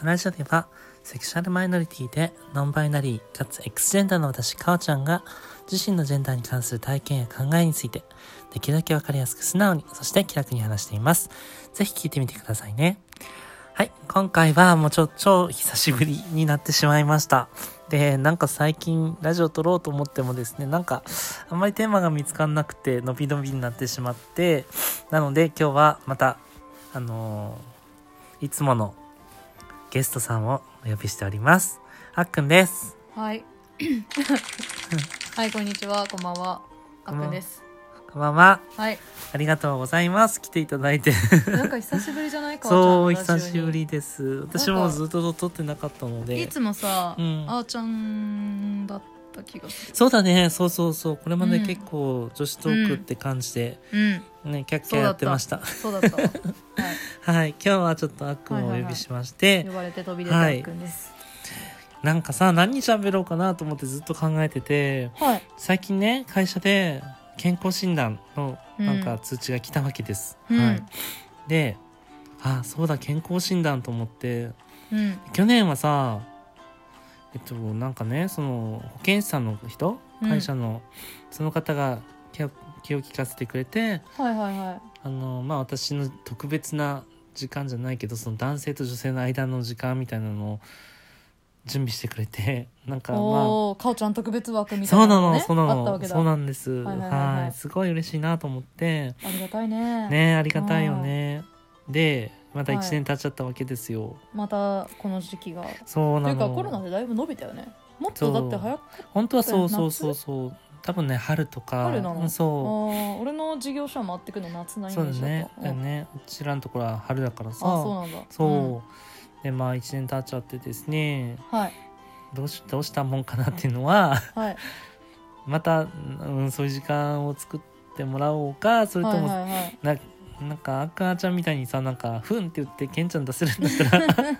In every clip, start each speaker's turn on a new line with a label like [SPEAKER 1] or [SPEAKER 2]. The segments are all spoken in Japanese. [SPEAKER 1] のラジオでは、セクシャルマイノリティで、ノンバイナリー、かつ X ジェンダーの私、かおちゃんが、自身のジェンダーに関する体験や考えについて、できるだけわかりやすく素直に、そして気楽に話しています。ぜひ聞いてみてくださいね。はい、今回はもうちょ、超久しぶりになってしまいました。で、なんか最近ラジオ撮ろうと思ってもですね、なんかあんまりテーマが見つかんなくて、のびのびになってしまって、なので今日はまた、あのーいつものゲストさんをお呼びしております。あっくんです。
[SPEAKER 2] はい。はい、こんにちは、こんばんは。あっくんです。
[SPEAKER 1] こんばんは。
[SPEAKER 2] はい。
[SPEAKER 1] ありがとうございます。来ていただいて。
[SPEAKER 2] なんか久しぶりじゃない か。
[SPEAKER 1] そう、
[SPEAKER 2] あーちゃ
[SPEAKER 1] 久
[SPEAKER 2] んのラジオ
[SPEAKER 1] し
[SPEAKER 2] に
[SPEAKER 1] ぶ。りです。私もずっと撮ってなかったので。
[SPEAKER 2] いつもさ、
[SPEAKER 1] うん
[SPEAKER 2] あーちゃんだった気がす
[SPEAKER 1] そうだね、そうそうそう。これまで
[SPEAKER 2] うん
[SPEAKER 1] 結構女子トークって感じで、
[SPEAKER 2] る。うん。
[SPEAKER 1] ね、キャッキャやってました。
[SPEAKER 2] そう だったわ。は
[SPEAKER 1] はい、今日はちょっとあっくんをお呼びしまして、
[SPEAKER 2] い。呼ばれて飛び出た
[SPEAKER 1] は
[SPEAKER 2] あ
[SPEAKER 1] い
[SPEAKER 2] っくんです。
[SPEAKER 1] なんかさ、何喋ろうかなと思ってずっと考えてて、
[SPEAKER 2] はい。
[SPEAKER 1] 最近ね、会社で健康診断の
[SPEAKER 2] うん
[SPEAKER 1] なんか通知が来たわけです。
[SPEAKER 2] うん
[SPEAKER 1] はい。で、あ、そうだ、健康診断と思って、
[SPEAKER 2] うん。
[SPEAKER 1] 去年はさえっとなんかねその保健師さんの人
[SPEAKER 2] うん
[SPEAKER 1] 会社の、その方が気を気を利かせてくれて
[SPEAKER 2] はいはいは
[SPEAKER 1] あの、まあ、私の特別な時間じゃないけどその男性と女性の間の時間みたいなのを準備してくれて なん
[SPEAKER 2] い。
[SPEAKER 1] かまあ
[SPEAKER 2] おお、かおちゃん特別枠みたい
[SPEAKER 1] そう
[SPEAKER 2] な
[SPEAKER 1] なの、
[SPEAKER 2] ね。
[SPEAKER 1] そうな
[SPEAKER 2] あったわ
[SPEAKER 1] の
[SPEAKER 2] けだ。
[SPEAKER 1] そう
[SPEAKER 2] あ
[SPEAKER 1] なんですは
[SPEAKER 2] はいいはいはいはい
[SPEAKER 1] すごい嬉しいなと思って
[SPEAKER 2] りがたいね。。
[SPEAKER 1] ねありがたいよねでまた1年経っちゃったわけですよ、
[SPEAKER 2] またこの時期が。て
[SPEAKER 1] そうなの
[SPEAKER 2] いうかコロナでだいぶ伸びたよね。もっ
[SPEAKER 1] そう
[SPEAKER 2] とだって早く。
[SPEAKER 1] 本当はそう
[SPEAKER 2] 夏
[SPEAKER 1] そうそうそう多分ね春とか
[SPEAKER 2] 春なの
[SPEAKER 1] うん
[SPEAKER 2] あ
[SPEAKER 1] そ
[SPEAKER 2] ー俺の事業所は回ってくの夏
[SPEAKER 1] う
[SPEAKER 2] なイメ
[SPEAKER 1] そう
[SPEAKER 2] ー
[SPEAKER 1] だ
[SPEAKER 2] ジだ
[SPEAKER 1] ね
[SPEAKER 2] った。
[SPEAKER 1] だよ
[SPEAKER 2] うん
[SPEAKER 1] ねうちらのところは春だからさ
[SPEAKER 2] あ、そうなんだ。
[SPEAKER 1] そう
[SPEAKER 2] うん
[SPEAKER 1] でまあ1年経っちゃってですね
[SPEAKER 2] はい
[SPEAKER 1] どうしどうしたもんかなっていうのは
[SPEAKER 2] はい
[SPEAKER 1] また、うん、そういう時間を作ってもらおうかそれとも、
[SPEAKER 2] はいはいはい
[SPEAKER 1] ななんかあかちゃんみたいにさなんかふんって言ってケンちゃん出せるんだった ら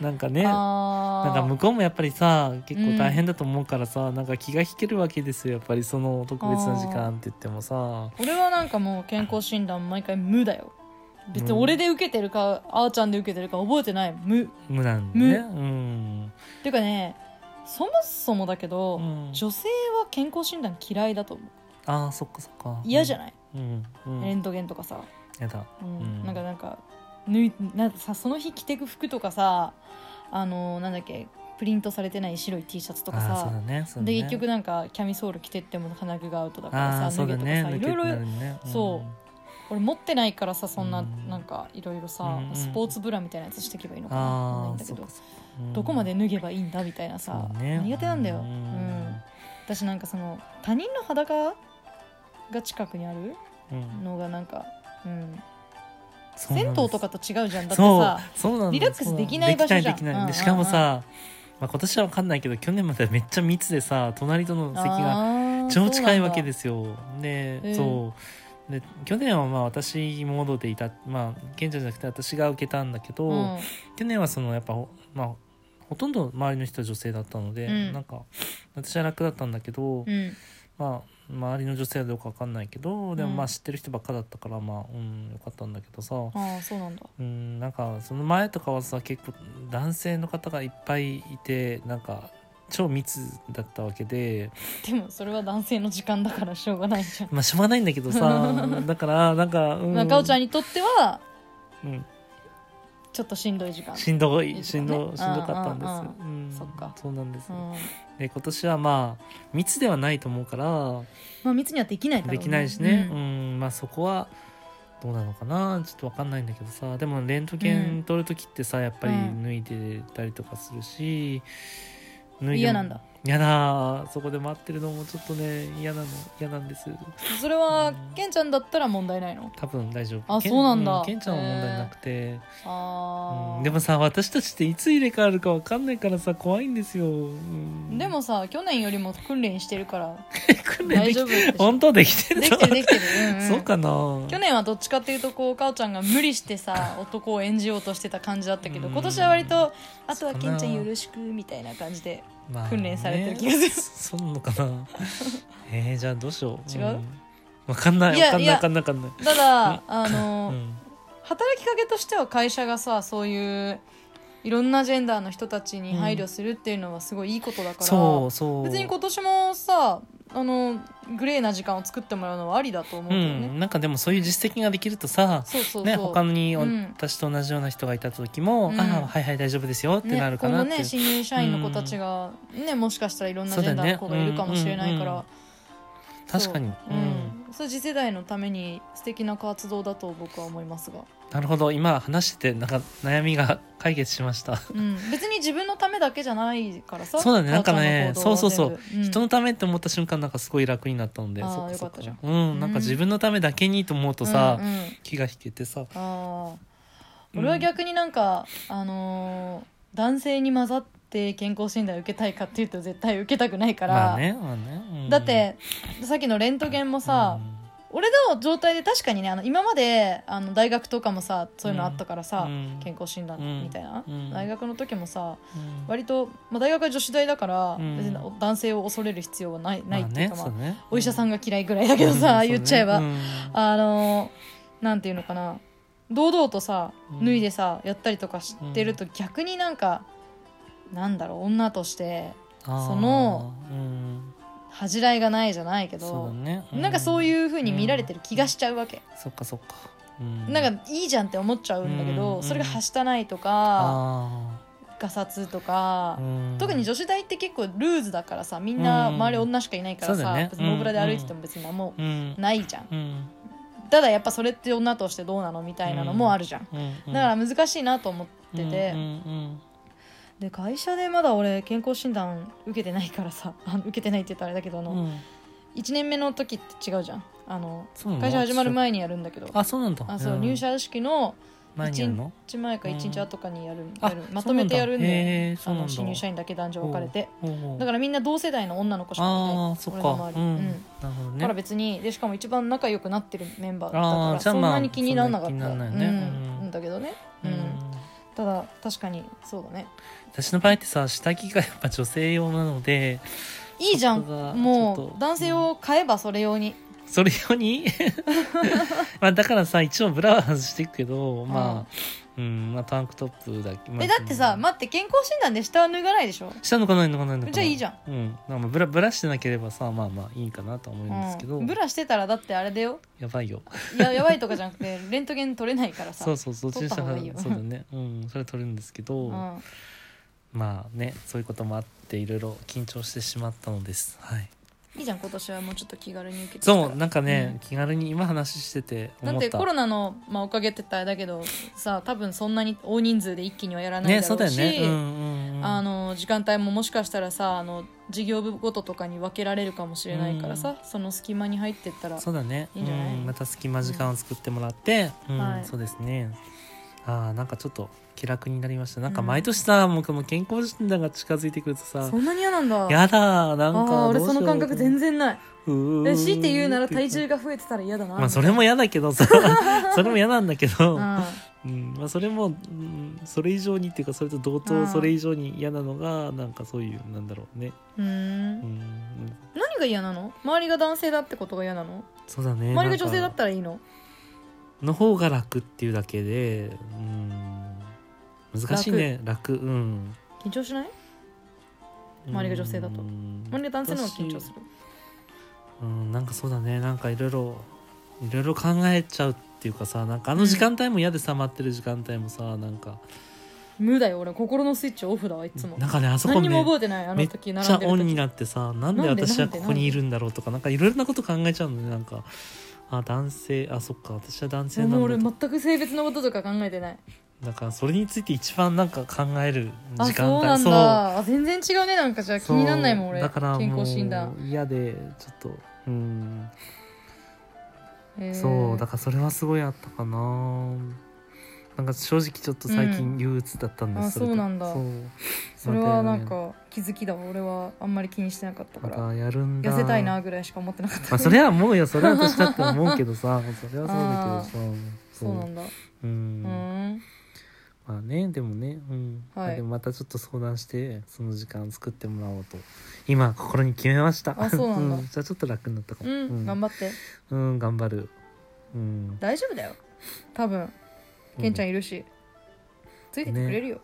[SPEAKER 1] なんかねな
[SPEAKER 2] あ
[SPEAKER 1] ん
[SPEAKER 2] ー
[SPEAKER 1] か向こうもやっぱりさ結構大変だと思うからさ、なんか気が引けるわけですよやっぱりその特別な時間って言ってもさ
[SPEAKER 2] 俺はなんかもう健康診断毎回無だよ別に俺で受けてるか、あーちゃんで受けてるか覚えてない無っ
[SPEAKER 1] 無なんでね。うん。
[SPEAKER 2] ていうかねそもそもだけど、
[SPEAKER 1] うん
[SPEAKER 2] 女性は健康診断嫌いだと思う
[SPEAKER 1] ああ、そっかそっか。
[SPEAKER 2] 嫌じゃ
[SPEAKER 1] ない。
[SPEAKER 2] ない、
[SPEAKER 1] うん。うん。
[SPEAKER 2] レントゲンとかさ、
[SPEAKER 1] やだ。
[SPEAKER 2] うん
[SPEAKER 1] うん
[SPEAKER 2] なんかなんかぬいなんかさその日着てく服とかさあのーなんだっけプリントされてない白い T シャツとか
[SPEAKER 1] ああ、そうだ
[SPEAKER 2] さ、
[SPEAKER 1] ね。そうだ
[SPEAKER 2] で
[SPEAKER 1] ね
[SPEAKER 2] 結局なんかキャミソール着てっても金具がアウトだか
[SPEAKER 1] ああ、
[SPEAKER 2] らさ
[SPEAKER 1] そうだ
[SPEAKER 2] 脱げ
[SPEAKER 1] ね。
[SPEAKER 2] とかさ
[SPEAKER 1] 抜
[SPEAKER 2] い
[SPEAKER 1] けて
[SPEAKER 2] ろい
[SPEAKER 1] な
[SPEAKER 2] ろ
[SPEAKER 1] るね。
[SPEAKER 2] そう俺持ってないからさそんな、
[SPEAKER 1] うん
[SPEAKER 2] なんかいろいろさ、
[SPEAKER 1] うんうん
[SPEAKER 2] スポーツブラみたいなやつしていけばいい
[SPEAKER 1] う
[SPEAKER 2] の
[SPEAKER 1] ん。
[SPEAKER 2] かなわかんない
[SPEAKER 1] ああ、
[SPEAKER 2] んだけ
[SPEAKER 1] そっ
[SPEAKER 2] ど
[SPEAKER 1] かそっか。うん
[SPEAKER 2] どこまで脱げばいいんだみたいなさ、
[SPEAKER 1] そうね
[SPEAKER 2] 苦手なんだよ、
[SPEAKER 1] う
[SPEAKER 2] うんん私なんかその他人の裸が近くにある
[SPEAKER 1] うん
[SPEAKER 2] のがなんか、うん、
[SPEAKER 1] そうな
[SPEAKER 2] 銭
[SPEAKER 1] ん
[SPEAKER 2] 湯
[SPEAKER 1] です
[SPEAKER 2] とかと違うじゃんだって
[SPEAKER 1] そう
[SPEAKER 2] さ、
[SPEAKER 1] そうなんだよ
[SPEAKER 2] リラックスできない場所じゃん
[SPEAKER 1] できないでき
[SPEAKER 2] うん
[SPEAKER 1] な
[SPEAKER 2] うんう
[SPEAKER 1] い。
[SPEAKER 2] ん
[SPEAKER 1] しかもさ、まあ今年はわかんないけど、去年まではめっちゃ密でさ、隣との席が超近いわけですすよ。で、
[SPEAKER 2] うん
[SPEAKER 1] そう。で去年はまあ私モードでいたまあ賢者じゃなくて私が受けたんだけど、
[SPEAKER 2] うん
[SPEAKER 1] 去年はそのやっぱほまあほとんど周りの人は女性だったので、
[SPEAKER 2] うん
[SPEAKER 1] なんか私は楽だったんだけど、
[SPEAKER 2] うん
[SPEAKER 1] まあ周りの女性はどうかわかんないけどでも
[SPEAKER 2] うん
[SPEAKER 1] まあ知ってる人ばっかだったからまあうんよかったんだけどさ、
[SPEAKER 2] ああそうなんだ
[SPEAKER 1] うんなんかその前とかはさ結構男性の方がいっぱいいてなんか超密だったわけで
[SPEAKER 2] でもそれは男性の時間だからしょうがないじゃん、
[SPEAKER 1] まあしょうがないんだけどさ だからなんか、うん
[SPEAKER 2] まあ、かおちゃんにとっては
[SPEAKER 1] うん
[SPEAKER 2] ちょっとしんどい時間、
[SPEAKER 1] しんどい
[SPEAKER 2] いい
[SPEAKER 1] し
[SPEAKER 2] 時
[SPEAKER 1] ん
[SPEAKER 2] 間ね
[SPEAKER 1] どしんどかったんです
[SPEAKER 2] うん
[SPEAKER 1] うん
[SPEAKER 2] そっか
[SPEAKER 1] そうなんです、
[SPEAKER 2] うん
[SPEAKER 1] で今年はまあ密ではないと思うから
[SPEAKER 2] まあ密にはできないだろう
[SPEAKER 1] で
[SPEAKER 2] ね
[SPEAKER 1] きないしね、
[SPEAKER 2] う
[SPEAKER 1] うんんまあそこはどうなのかなちょっとわかんないんだけどさでもレントゲン取る時ってさやっぱり
[SPEAKER 2] うん
[SPEAKER 1] 脱いでたりとかするし、脱いでも
[SPEAKER 2] 嫌なんだ
[SPEAKER 1] 嫌だそこで待ってるのもちょっとね嫌なの嫌なんです
[SPEAKER 2] それは
[SPEAKER 1] うん
[SPEAKER 2] ケンちゃんだったら問題ないの
[SPEAKER 1] 多分大丈夫
[SPEAKER 2] あそうなんだ
[SPEAKER 1] ケンちゃんは問題なくて、
[SPEAKER 2] あー、
[SPEAKER 1] うんでもさ私たちっていつ入れ替わるかわかんないからさ怖いんですよ、うん
[SPEAKER 2] でもさ去年よりも訓練してるから
[SPEAKER 1] 訓練で
[SPEAKER 2] 大
[SPEAKER 1] き
[SPEAKER 2] 丈夫でしょ
[SPEAKER 1] 本当できてる
[SPEAKER 2] でき
[SPEAKER 1] の
[SPEAKER 2] てるできてる、うんうん
[SPEAKER 1] そうかな
[SPEAKER 2] 去年はどっちかっていうとこうかおちゃんが無理し てさ男を演じようとしてた感じだったけど
[SPEAKER 1] うん
[SPEAKER 2] 今年は割とあと
[SPEAKER 1] そう
[SPEAKER 2] は
[SPEAKER 1] かな
[SPEAKER 2] ケンちゃんよろしくみたいな感じで
[SPEAKER 1] まあね
[SPEAKER 2] 訓練されてる気がする
[SPEAKER 1] そそうなのか なえー、じゃあどうしよう
[SPEAKER 2] 違うん
[SPEAKER 1] わかんない
[SPEAKER 2] い
[SPEAKER 1] わ
[SPEAKER 2] や
[SPEAKER 1] かんない
[SPEAKER 2] いや
[SPEAKER 1] わかんないわかんない
[SPEAKER 2] ただあ
[SPEAKER 1] う
[SPEAKER 2] の、
[SPEAKER 1] ん
[SPEAKER 2] 働きかけとしては会社がさそういういろんなジェンダーの人たちに配慮するっていうのはすごいいいことだから、
[SPEAKER 1] そうそう
[SPEAKER 2] 別に今年もさあのグレーな時間を作ってもらうのはありだと思う
[SPEAKER 1] う
[SPEAKER 2] けどね、
[SPEAKER 1] ん、なんかでもそういう実績ができるとさ
[SPEAKER 2] そうそうそう、
[SPEAKER 1] ね、他にお
[SPEAKER 2] うん
[SPEAKER 1] 私と同じような人がいた時も、
[SPEAKER 2] うん
[SPEAKER 1] ああはいはい大丈夫ですよってなるかなっ
[SPEAKER 2] ね、今
[SPEAKER 1] て、
[SPEAKER 2] 後ね新入社員の子たちが、ねもしかしたらいろんなジェンダーの子がいるかもしれないから、
[SPEAKER 1] 確かに、
[SPEAKER 2] そう,、うんそう次世代のために素敵な活動だと僕は思いますが、
[SPEAKER 1] なるほど今話しててなんか悩みが解決しま した、
[SPEAKER 2] うん、別に自分のためだけじゃないからさ
[SPEAKER 1] そうだね
[SPEAKER 2] 母ちゃの行動は
[SPEAKER 1] なんかねそうそうそう
[SPEAKER 2] 全部ん
[SPEAKER 1] 人のためって思った瞬間なんかすごい楽になったので
[SPEAKER 2] あー
[SPEAKER 1] そっそっ
[SPEAKER 2] よかったじゃん
[SPEAKER 1] うん、なんか自分のためだけにと思うとさ、
[SPEAKER 2] うんうん
[SPEAKER 1] 気が引けてさ
[SPEAKER 2] あー俺は逆になんか、あのー男性に混ざって健康診断受けたいかっていうと絶対受けたくないから、
[SPEAKER 1] まあね,、まあねうん
[SPEAKER 2] だってさっきのレントゲンもさ、俺の状態で確かにねあの今まであの大学とかもさそういうのあったからさ、
[SPEAKER 1] うん
[SPEAKER 2] 健康診
[SPEAKER 1] うん
[SPEAKER 2] 断みたいな、
[SPEAKER 1] うん
[SPEAKER 2] 大学の時もさ
[SPEAKER 1] うん
[SPEAKER 2] 割と、まあ、大学は女子大だから、
[SPEAKER 1] うん
[SPEAKER 2] 別に男性を恐れる必要はないないっていうか、まあ
[SPEAKER 1] まあねそうね
[SPEAKER 2] お医者さん
[SPEAKER 1] が
[SPEAKER 2] が嫌いぐらいだけどさ、言っちゃえば、
[SPEAKER 1] あ
[SPEAKER 2] あのなんていうのかな堂々とさ
[SPEAKER 1] うん
[SPEAKER 2] 脱いでさ、やったりとかしてると逆になんか、なんだろう女として
[SPEAKER 1] ー
[SPEAKER 2] その
[SPEAKER 1] うん
[SPEAKER 2] 恥じらいがないじゃないけ
[SPEAKER 1] そうだ
[SPEAKER 2] ど、
[SPEAKER 1] ね
[SPEAKER 2] なんかそういうう風に見られてる気がしちゃうわけ。
[SPEAKER 1] そっかそっか、うん、
[SPEAKER 2] なんかいいじゃんって思っちゃうんだけ
[SPEAKER 1] うん
[SPEAKER 2] ど、
[SPEAKER 1] うん
[SPEAKER 2] それがはしたないとか
[SPEAKER 1] あ
[SPEAKER 2] ガサツとか
[SPEAKER 1] ー、うん
[SPEAKER 2] 特に女子大って結構ルーズだからさみんな
[SPEAKER 1] うん
[SPEAKER 2] 周り女しかいないから
[SPEAKER 1] そうだ
[SPEAKER 2] さ、
[SPEAKER 1] よね
[SPEAKER 2] 別にノーブラで歩いてても別に何も
[SPEAKER 1] うん
[SPEAKER 2] ないじゃん、
[SPEAKER 1] うん
[SPEAKER 2] ただやっぱそれって女としてどうなのみたいなのもあるじゃん、
[SPEAKER 1] うんうん
[SPEAKER 2] だから難しいなと思ってて、
[SPEAKER 1] うんうんうん
[SPEAKER 2] で会社でまだ俺健康診断受けてないからさ あ受けてないって言ったらあれだけどあの、
[SPEAKER 1] うん
[SPEAKER 2] 1年目の時って違うじゃんあの
[SPEAKER 1] そうなの
[SPEAKER 2] 会社始まる前にやるんだけど
[SPEAKER 1] あそうなんだ
[SPEAKER 2] あそう、
[SPEAKER 1] ん
[SPEAKER 2] 入社式の
[SPEAKER 1] 前にやるの
[SPEAKER 2] 1日前か1日後かにやる,、やる
[SPEAKER 1] あ
[SPEAKER 2] まとめてやるん
[SPEAKER 1] そうなんだ
[SPEAKER 2] で
[SPEAKER 1] へーそ
[SPEAKER 2] あ
[SPEAKER 1] うなんだ
[SPEAKER 2] の新入社員だけ男女分かれて
[SPEAKER 1] ほうほう
[SPEAKER 2] だからみんな同世代の女の子しかい
[SPEAKER 1] あ
[SPEAKER 2] な
[SPEAKER 1] あ
[SPEAKER 2] い
[SPEAKER 1] そっ
[SPEAKER 2] 俺
[SPEAKER 1] か
[SPEAKER 2] の周り
[SPEAKER 1] うん
[SPEAKER 2] うん
[SPEAKER 1] なるほど
[SPEAKER 2] だ
[SPEAKER 1] ね
[SPEAKER 2] から別にでしかも一番仲良くなってるメンバーだ
[SPEAKER 1] あ
[SPEAKER 2] か
[SPEAKER 1] ー
[SPEAKER 2] ら
[SPEAKER 1] じゃあ
[SPEAKER 2] そん
[SPEAKER 1] まあ
[SPEAKER 2] なに気にならなかっ
[SPEAKER 1] そんな
[SPEAKER 2] た
[SPEAKER 1] に気にならない
[SPEAKER 2] う
[SPEAKER 1] よねうん
[SPEAKER 2] んだけどねうん
[SPEAKER 1] うん
[SPEAKER 2] ただ確かにそうだね
[SPEAKER 1] 私の場合ってさ下着がやっぱ女性用なので
[SPEAKER 2] いいじゃ
[SPEAKER 1] そこがちょ
[SPEAKER 2] ん
[SPEAKER 1] っ
[SPEAKER 2] も
[SPEAKER 1] と
[SPEAKER 2] う男性を買えばそれ用に
[SPEAKER 1] それ用 に まあだからさ一応ブラは外していくけどまあうんまあタンクトップだけまあ
[SPEAKER 2] えだってさ待って健康診断で下は脱がないでしょ
[SPEAKER 1] したのかないのかないのかな
[SPEAKER 2] じゃあいいじゃ
[SPEAKER 1] んうんまあブラブラしてなければさまあまあいいかなとは思うんですけど、
[SPEAKER 2] うんブラしてたらだってあれだよ
[SPEAKER 1] やばいよ
[SPEAKER 2] ややばいとかじゃなくてレントゲン取れないからさ
[SPEAKER 1] そうそうそう
[SPEAKER 2] 取った方がいいよ
[SPEAKER 1] そうだねうんそれは取れるんですけど、
[SPEAKER 2] うん
[SPEAKER 1] まあねそういうこともあっていろいろ緊張してしまったのですはい
[SPEAKER 2] いいじゃん今年はもうちょっと気軽に受けて
[SPEAKER 1] そうなんかね、
[SPEAKER 2] うん
[SPEAKER 1] 気軽に今話してて
[SPEAKER 2] だ
[SPEAKER 1] 思
[SPEAKER 2] っ
[SPEAKER 1] ってた
[SPEAKER 2] コロナの、まあ、おかげって言ったらあれだけどさ多分そんなに大人数で一気にはやらない
[SPEAKER 1] ね
[SPEAKER 2] だろ
[SPEAKER 1] そうだ
[SPEAKER 2] う
[SPEAKER 1] よ
[SPEAKER 2] し
[SPEAKER 1] ねうんうんうん
[SPEAKER 2] あの時間帯ももしかしたらさあの事業部ごととかに分けられるかもしれないからさ、その隙間に入ってったら
[SPEAKER 1] そうだね
[SPEAKER 2] いいんじゃない
[SPEAKER 1] うん、また隙間時間を作ってもらって、うん
[SPEAKER 2] はい
[SPEAKER 1] そうですねあーなんかちょっと気楽になりましたなんか毎年さ、もうこの健康診断が近づいてくるとさ
[SPEAKER 2] そんなに嫌なんだ
[SPEAKER 1] やだーな
[SPEAKER 2] あ
[SPEAKER 1] ん
[SPEAKER 2] あ
[SPEAKER 1] か
[SPEAKER 2] 俺その感覚
[SPEAKER 1] 然
[SPEAKER 2] 全然ないう
[SPEAKER 1] ー
[SPEAKER 2] え
[SPEAKER 1] ん
[SPEAKER 2] 強いて言うなら体重が増えてたら嫌だな
[SPEAKER 1] まあそれも嫌だけど さそれも嫌なんだけど、
[SPEAKER 2] うん
[SPEAKER 1] うんまあ、それも、うん、それ以上にっていうかそれと同
[SPEAKER 2] う
[SPEAKER 1] 等
[SPEAKER 2] ん
[SPEAKER 1] それ以上に嫌なのがなんかそういうなんだろうね、
[SPEAKER 2] うー
[SPEAKER 1] うんん、
[SPEAKER 2] 何が嫌なの周りが男性だってことが嫌なの
[SPEAKER 1] そうだね
[SPEAKER 2] 周りが女性だ
[SPEAKER 1] なん
[SPEAKER 2] っ
[SPEAKER 1] か
[SPEAKER 2] たらいいの
[SPEAKER 1] の方が楽っていうだけで、うん、難しいね楽うん
[SPEAKER 2] 緊張しない周りが女性だと
[SPEAKER 1] うん
[SPEAKER 2] 周りが男性の方が緊張する
[SPEAKER 1] うんなんかそうだねなんかいろいろいろいろ考えちゃうっていうかさなんかあの時間帯も嫌でさ待ってる時間帯もさなんか
[SPEAKER 2] 無だよ俺心のスイッチオフだわいつも
[SPEAKER 1] なんかねあそこ
[SPEAKER 2] 何
[SPEAKER 1] ね
[SPEAKER 2] にも覚えてないあ
[SPEAKER 1] めっ
[SPEAKER 2] の
[SPEAKER 1] ち
[SPEAKER 2] 時
[SPEAKER 1] ゃ
[SPEAKER 2] 並んで
[SPEAKER 1] オン
[SPEAKER 2] る
[SPEAKER 1] に
[SPEAKER 2] 時
[SPEAKER 1] なってさなんで
[SPEAKER 2] なんで
[SPEAKER 1] 私は
[SPEAKER 2] なん
[SPEAKER 1] こ
[SPEAKER 2] で
[SPEAKER 1] こにいるんだろうとかなんかいろいろなこと考えちゃうのねなんかあ男性あそっか私は男性な
[SPEAKER 2] もう俺
[SPEAKER 1] んだ
[SPEAKER 2] 全
[SPEAKER 1] と
[SPEAKER 2] く性別のこととか考えてない
[SPEAKER 1] だからそれについて一番なんか考える
[SPEAKER 2] あ
[SPEAKER 1] 時間
[SPEAKER 2] そう
[SPEAKER 1] 帯
[SPEAKER 2] なんだあ全然違うねなんかじゃあ気
[SPEAKER 1] そう
[SPEAKER 2] になんないもん俺
[SPEAKER 1] だから
[SPEAKER 2] 健
[SPEAKER 1] もう
[SPEAKER 2] 康診断
[SPEAKER 1] 嫌でちょっとうん
[SPEAKER 2] へー
[SPEAKER 1] そうだからそれはすごいあったかななんか正直ちょっと最
[SPEAKER 2] う
[SPEAKER 1] 近憂鬱だったんです、れ
[SPEAKER 2] あ
[SPEAKER 1] で
[SPEAKER 2] そうなんだ
[SPEAKER 1] そう
[SPEAKER 2] それはなん
[SPEAKER 1] ま
[SPEAKER 2] か気づきだわ俺はあんまり気にしてなかった
[SPEAKER 1] た
[SPEAKER 2] か
[SPEAKER 1] ね
[SPEAKER 2] ら
[SPEAKER 1] なんかやるんだ
[SPEAKER 2] 痩せたいなぐらいしか思ってなかった
[SPEAKER 1] まあそれはもうよそれは私だって思うけどさ それはそうだけどさ
[SPEAKER 2] そうなんだ
[SPEAKER 1] う
[SPEAKER 2] うんーん
[SPEAKER 1] まあねでもねうん、
[SPEAKER 2] はい
[SPEAKER 1] でもまたちょっと相談してその時間作ってもらおうと今心に決めました
[SPEAKER 2] あそうな んだ
[SPEAKER 1] じゃあちょっと楽になったかも
[SPEAKER 2] うん、頑
[SPEAKER 1] 張
[SPEAKER 2] 張って
[SPEAKER 1] るうん頑張るうん
[SPEAKER 2] 大丈夫だよ多分ケンちゃんいるし、ついてってくれるよ、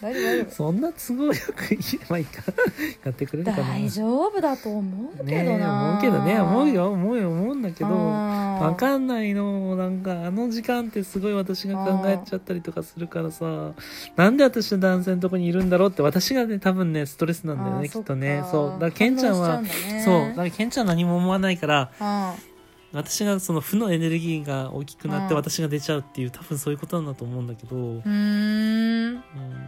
[SPEAKER 2] 大丈夫大丈夫
[SPEAKER 1] そんな都合よく言えばいいか やってくれるか な
[SPEAKER 2] 大丈夫だと思うけ
[SPEAKER 1] ねえ
[SPEAKER 2] どな、
[SPEAKER 1] 思うけどね思うよ思うよ思うんだけどわ
[SPEAKER 2] わ
[SPEAKER 1] かんないのなんかあの時間ってすごい私が考えちゃったりとかするからさなんで私の男性のとこにいるんだろうって私がね多分ねストレスなんだよねきっとねそうだからケンちゃんはそうだからケンちゃんは何も思わないから私がその負のエネルギーが大きくなって
[SPEAKER 2] うん
[SPEAKER 1] 私が出ちゃうっていう多分そういうことなんだと思うんだけど、うん、
[SPEAKER 2] うーん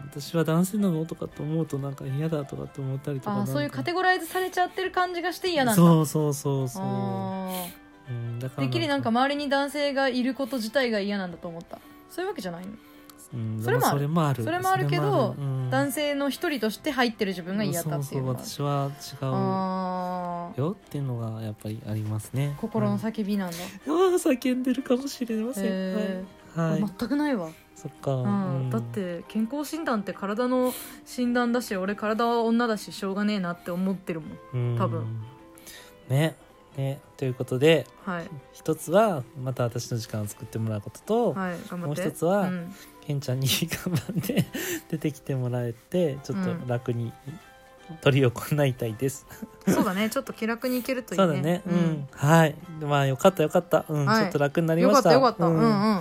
[SPEAKER 1] 私は男性なのとかって思うとなんか嫌だとかって思ったりとか
[SPEAKER 2] あーそういうカテ
[SPEAKER 1] ゴ
[SPEAKER 2] ゴライズされちゃってる感じがして嫌なんだ
[SPEAKER 1] そうそうそうそう、
[SPEAKER 2] あ
[SPEAKER 1] うん、だか
[SPEAKER 2] ー
[SPEAKER 1] ら
[SPEAKER 2] てっきりなんか周りに男性がいること自体が嫌なんだと思ったそういうわけじゃないの、
[SPEAKER 1] うん、
[SPEAKER 2] それもある
[SPEAKER 1] それもある
[SPEAKER 2] それもあるけど
[SPEAKER 1] それもあるうん
[SPEAKER 2] 男性の一人として入ってる自分が嫌だっていうのが
[SPEAKER 1] そうそう私は
[SPEAKER 2] あ
[SPEAKER 1] 違うよっていうのがやっぱりありますね
[SPEAKER 2] ー心の叫びなんだ、
[SPEAKER 1] うんあー叫んでるかもしれません、
[SPEAKER 2] へ
[SPEAKER 1] はい、はい、
[SPEAKER 2] 全くないわ、
[SPEAKER 1] そっか、
[SPEAKER 2] うん
[SPEAKER 1] うん
[SPEAKER 2] だって健康診断って体の診断だし俺体は女だししょうがねえなって思ってるもん
[SPEAKER 1] うん
[SPEAKER 2] 多分
[SPEAKER 1] ねねということで
[SPEAKER 2] はい
[SPEAKER 1] 一つはまた私の時間を作ってもらうことと、
[SPEAKER 2] はい頑張
[SPEAKER 1] もう
[SPEAKER 2] って
[SPEAKER 1] 一つは
[SPEAKER 2] うん
[SPEAKER 1] ケンちゃんに 頑張って出てきてもらえてちょっと
[SPEAKER 2] うん
[SPEAKER 1] 楽に鳥を行いたいです、
[SPEAKER 2] そうだねちょっと気楽にいけるといい
[SPEAKER 1] そ
[SPEAKER 2] ね
[SPEAKER 1] うだねうん、はいまあよかったよかった、うん
[SPEAKER 2] はい
[SPEAKER 1] ちょっと楽になり
[SPEAKER 2] よ
[SPEAKER 1] ま
[SPEAKER 2] かっ
[SPEAKER 1] したた
[SPEAKER 2] よかったうん
[SPEAKER 1] うん
[SPEAKER 2] うん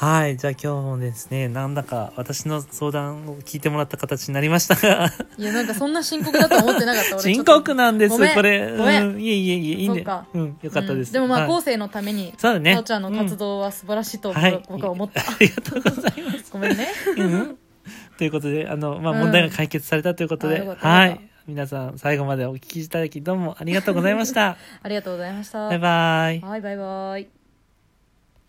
[SPEAKER 1] はい。じゃあ今日もですね、なんだか私の相談を聞いてもらった形になりましたが、
[SPEAKER 2] いやなんかそんな深刻だと思ってなかった俺ち
[SPEAKER 1] 深
[SPEAKER 2] ょっと
[SPEAKER 1] 刻なんです
[SPEAKER 2] ごめ、ん
[SPEAKER 1] これ。
[SPEAKER 2] ごめ
[SPEAKER 1] う
[SPEAKER 2] ん
[SPEAKER 1] ん。いえいえいえ、いいん
[SPEAKER 2] そ
[SPEAKER 1] で
[SPEAKER 2] っか。
[SPEAKER 1] うん。よかったです。
[SPEAKER 2] うんでもまあ
[SPEAKER 1] はい
[SPEAKER 2] 後世のために
[SPEAKER 1] そうだね。
[SPEAKER 2] かおちゃんの活
[SPEAKER 1] 動、
[SPEAKER 2] 動は素晴らしいと
[SPEAKER 1] はい
[SPEAKER 2] 僕は思った
[SPEAKER 1] ありがとうございます。
[SPEAKER 2] ごめんね
[SPEAKER 1] うんということで、あの、まあ
[SPEAKER 2] うん
[SPEAKER 1] 問題が解決されたということ
[SPEAKER 2] あ
[SPEAKER 1] で、
[SPEAKER 2] よかった
[SPEAKER 1] は
[SPEAKER 2] よか
[SPEAKER 1] い。皆さん最 後までお聞きいただきどうもありがとうございました。
[SPEAKER 2] ありがとうございました
[SPEAKER 1] バイバイ。
[SPEAKER 2] はいバイバイ